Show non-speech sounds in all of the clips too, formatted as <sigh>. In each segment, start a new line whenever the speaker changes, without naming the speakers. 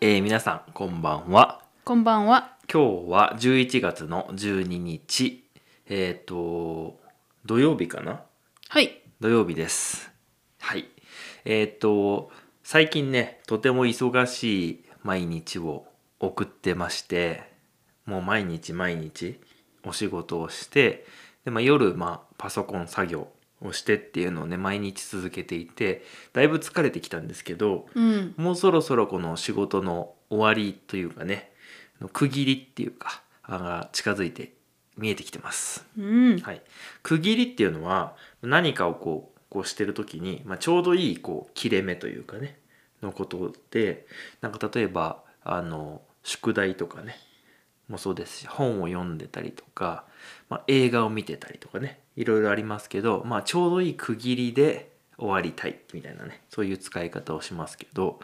えー皆さんこんばんは
こんばんは。
今日は11月の12日えっ、と土曜日かな
はい。
土曜日ですはいえっ、と最近ねとても忙しい毎日を送ってましてもう毎日毎日お仕事をしてで、まあ、夜、まあ、パソコン作業をしてっていうのをね毎日続けていてだいぶ疲れてきたんですけど
うん。
もうそろそろこの仕事の終わりというかね区切りっていうかあが近づいて見えてきてます、
うん。
はい、区切りっていうのは何かをこうこうしてる時に、まあ、ちょうどいいこう切れ目というかねのことでなんか例えばあの宿題とかねもそうですし本を読んでたりとか、まあ、映画を見てたりとかねいろいろありますけど、まあ、ちょうどいい区切りで終わりたいみたいなねそういう使い方をしますけど、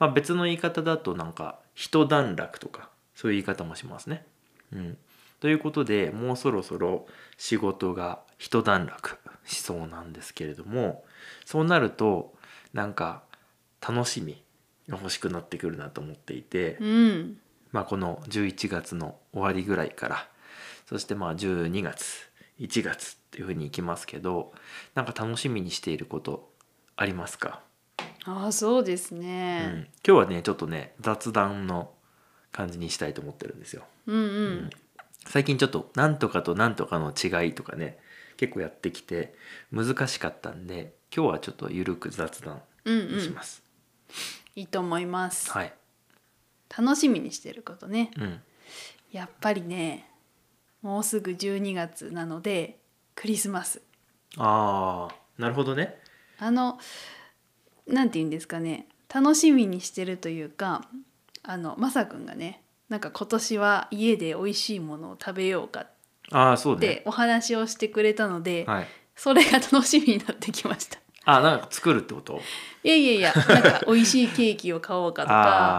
まあ、別の言い方だとなんか一段落とかそういう言い方もしますね。うん、ということでもうそろそろ仕事が一段落しそうなんですけれどもそうなるとなんか楽しみが欲しくなってくるなと思っていて。
うん。
まあ、この11月の終わりぐらいからそしてまあ12月1月っていうふうにいきますけどなんか楽しみにしていることありますか、
ああ、そうです
うん
ね。
今日はねちょっとね雑談の感じにしたいと思ってるんですよ。
うん、うん、
うん最近ちょっとなんとかとなんとかの違いとかね結構やってきて難しかったんで今日はちょっとゆるく雑談
うん、うん、
します。
いいと思います。
はい、
楽しみにしてることね。
うん、
やっぱりね。もうすぐ12月なので。クリスマス。
あーなるほどね。
あの。なんて言うんですかね。楽しみにしてるというか。あの、まさくんがね。なんか今年は家で美味しいものを食べようかっ
ああそう
て
ね。
お話をしてくれたので、
はい、
それが楽しみになってきました。
あなんか作るってこと
いやいやいやなんか美味しいケーキを買おうかと か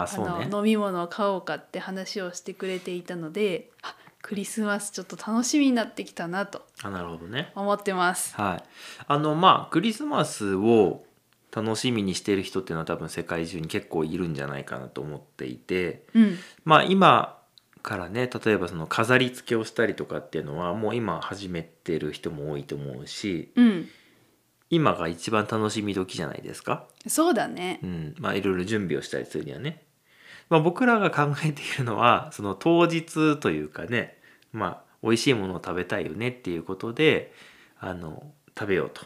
<laughs> あーそうね
の飲み物を買おうかって話をしてくれていたのであクリスマスちょっと楽しみになってきたなと
あなるほどね
思っ
<laughs>
てます。
はいあのまあクリスマスを楽しみにしてる人っていうのは多分世界中に結構いるんじゃないかなと思っていて
うん、
まあ今からね例えばその飾り付けをしたりとかっていうのはもう今始めてる人も多いと思うし
うん、
今が一番楽しみ時じゃないですか
そうだね
う。んまあいろいろ準備をしたりするにはね、まあ、僕らが考えているのはその当日というかねまあ美味しいものを食べたいよねっていうことであの食べようと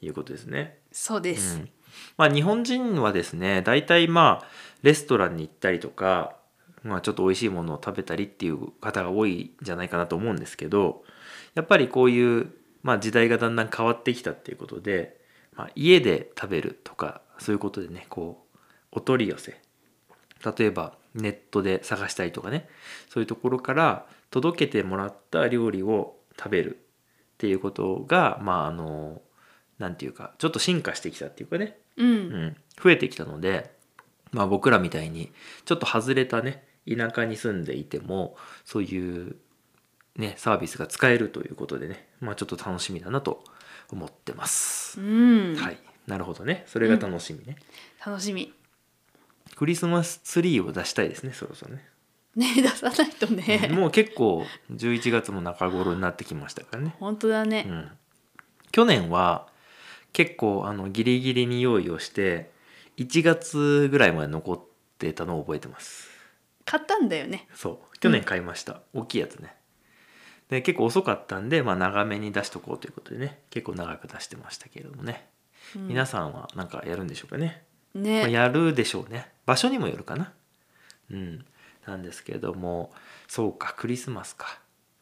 いうことですね。
そうです。
うんまあ、日本人はですね大体まあレストランに行ったりとか、まあ、ちょっと美味しいものを食べたりっていう方が多いんじゃないかなと思うんですけどやっぱりこういう、まあ、時代がだんだん変わってきたっていうことで、まあ、家で食べるとかそういうことでねこうお取り寄せ例えばネットで探したりとかねそういうところから届けてもらった料理を食べるっていうことがまああのなんていうかちょっと進化してきたっていうかね、
うん、
うん、増えてきたので、まあ、僕らみたいにちょっと外れたね田舎に住んでいてもそういう、ね、サービスが使えるということでね、まあ、ちょっと楽しみだなと思ってます
う、ん
はいなるほどねそれが楽しみね、
楽しみ。
クリスマスツリーを出したいですねそろそろ
<laughs>
ね
ね出さないとね。
もう結構11月も中頃になってきましたからね
本当だ
う
ね。
ん、去年は結構あのギリギリに用意をして1月ぐらいまで残ってたのを覚えてます
買ったんだよね。
そう去年買いました、大きいやつねで結構遅かったんで、まあ、長めに出しとこうということでね結構長く出してましたけれどもね、
うん
皆さんは何かやるんでしょうかね、まあ、
ね。
やるでしょうね場所にもよるかなうんなんですけれどもそうかクリスマスか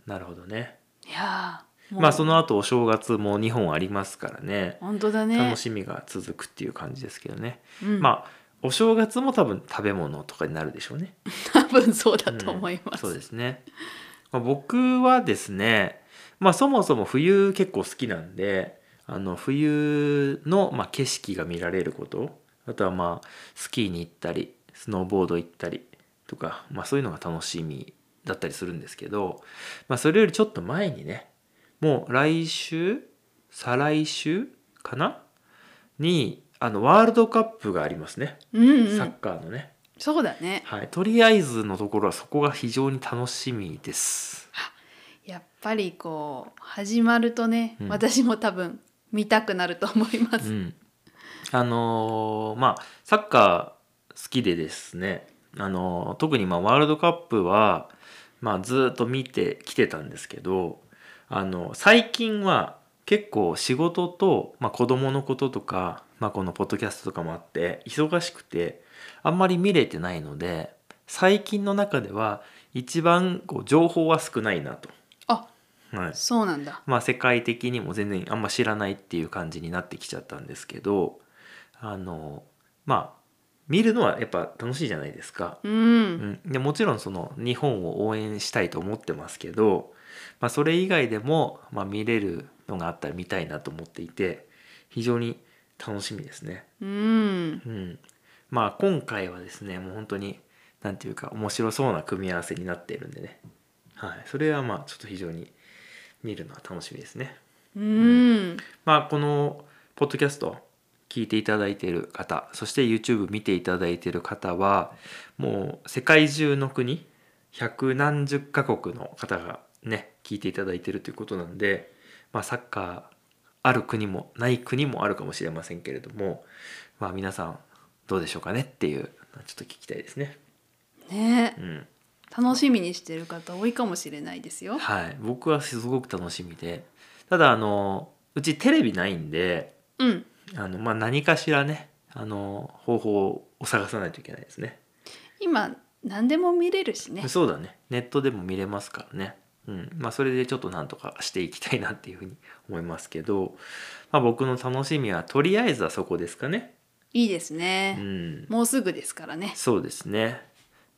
なるほどね
いやー。もう
まあその後お正月も日本ありますからね
本当だね。
楽しみが続くっていう感じですけどね、
うん、
まあお正月も多分食べ物とかになるでしょうね
多分そうだと思います。
そうですね、まあ、僕はですねまあそもそも冬結構好きなんであの冬のまあ景色が見られることあとはまあスキーに行ったりスノーボード行ったりとか、まあ、そういうのが楽しみだったりするんですけど、まあ、それよりちょっと前にねもう来週再来週かなにあのワールドカップがありますね、
うん、う
サ
ん
ッ。カーのね
そうだね
はい、とりあえずのところはそこが非常に楽しみです。
やっぱりこう始まるとね、
うん
私も多分見たくなると思いま
う
す、
ん、あのーまあサッカー好きでですね、あのー特にまあワールドカップは、まあ、ずっと見てきてたんですけど、あの最近は結構仕事と、まあ、子供のこととか、まあ、このポッドキャストとかもあって忙しくてあんまり見れてないので最近の中では一番こう情報は少ないなと。
あ
はい、
そうなんだ
まあ、世界的にも全然あんま知らないっていう感じになってきちゃったんですけどあのまあ見るのはやっぱ楽しいじゃないですか。
う
うんん、でもちろんその日本を応援したいと思ってますけど、まあ、それ以外でも、まあ、見れるのがあったら見たいなと思っていて非常に楽しみですね。
うん
うん、まあ今回はですねもう本当に何ていうか面白そうな組み合わせになっているんでね、はい、それはまあちょっと非常に見るのは楽しみですね。
うん
まあ、このポッドキャスト聞いていただいている方そして YouTube 見ていただいている方はもう世界中の国百何十カ国の方がね聞いていただいているということなんで、まあ、サッカーある国もない国もあるかもしれませんけれども、まあ、皆さんどうでしょうかねっていうのはちょっと聞きたいですね。
ね
うん
楽しみにしてる方多いかもしれないですよ
はい、僕はすごく楽しみでただあのうちテレビないんで
うん
あのまあ何かしらねあの方法を探さないといけないですね
今何でも見れるしね
そうだねネットでも見れますからねうんまあそれでちょっとなんとかしていきたいなっていうふうに思いますけど、まあ、僕の楽しみはとりあえずはそこですかね
いいです
う
ね、
ん
もうすぐですからね
そうですね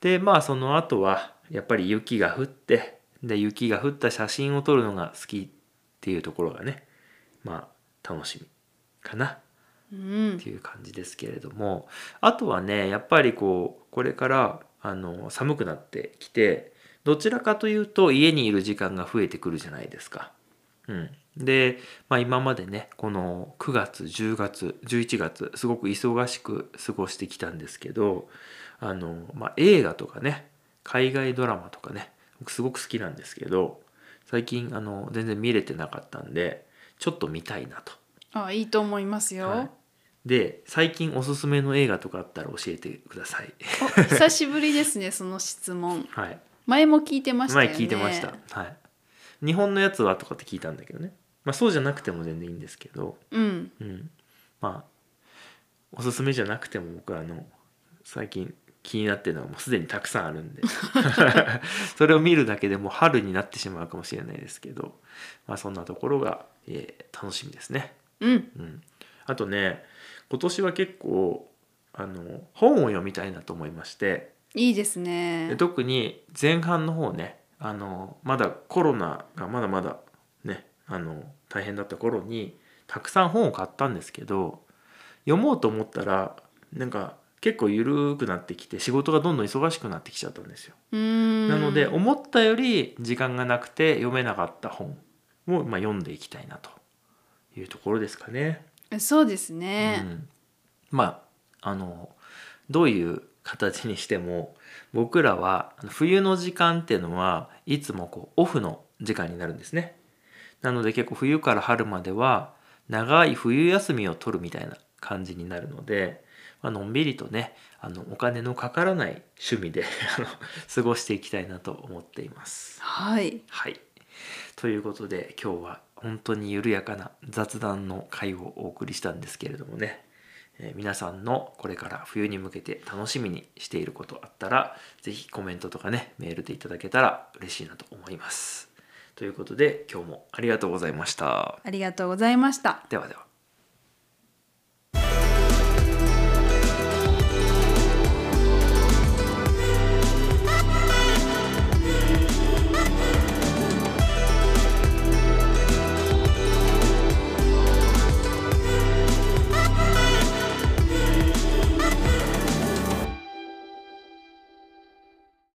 でまあその後はやっぱり雪が降ってで雪が降った写真を撮るのが好きっていうところがねまあ楽しみかな
うん
っていう感じですけれどもあとはねやっぱりこうこれからあの寒くなってきてどちらかというと家にいる時間が増えてくるじゃないですか。うん、で、まあ、今までねこの9月10月11月すごく忙しく過ごしてきたんですけどあの、まあ、映画とかね海外ドラマとかね僕すごく好きなんですけど最近あの全然見れてなかったんでちょっと見たいなと
あいいと思いますよ、
はいで最近おすすめの映画とかあったら教えてくださ
<laughs>
い
お久しぶりですね <laughs> その質問
はい
前も聞いてましたよ
前
ね
聞いてました、はい日本のやつはとかって聞いたんだけどねまあそうじゃなくても全然いいんですけど
うん
うんまあおすすめじゃなくても僕はあの最近気になってるのはもうすでにたくさんある
<laughs>
んで <laughs> それを見るだけでもう春になってしまうかもしれないですけど、まあ、そんなところが、えー楽しみですね
うん
うん、あとね今年は結構あの本を読みたいなと思いまして
いいです
で
ね
特に前半の方ねあのまだコロナがまだまだねあの大変だった頃にたくさん本を買ったんですけど読もうと思ったらなんか結構緩くなってきて仕事がどんどん忙しくなってきちゃったんですよ。
うーん
なので思ったより時間がなくて読めなかった本を、まあ、読んでいきたいなというところですかね。
そうです
う
ね、
ん、まああのどういう形にしても僕らはあの冬の時間っていうのはいつもこうオフの時間になるんですね。なので結構冬から春までは長い冬休みを取るみたいな感じになるので、まあのんびりとねあのお金のかからない趣味で <laughs> あの過ごしていきたいなと思っています。
はい
はい。ということで今日は本当に緩やかな雑談の回をお送りしたんですけれどもね、えー皆さんのこれから冬に向けて楽しみにしていることあったら是非コメントとかねメールでいただけたら嬉しいなと思います。ということで今日もありがとうございました。
ありがとうございました
ではでは。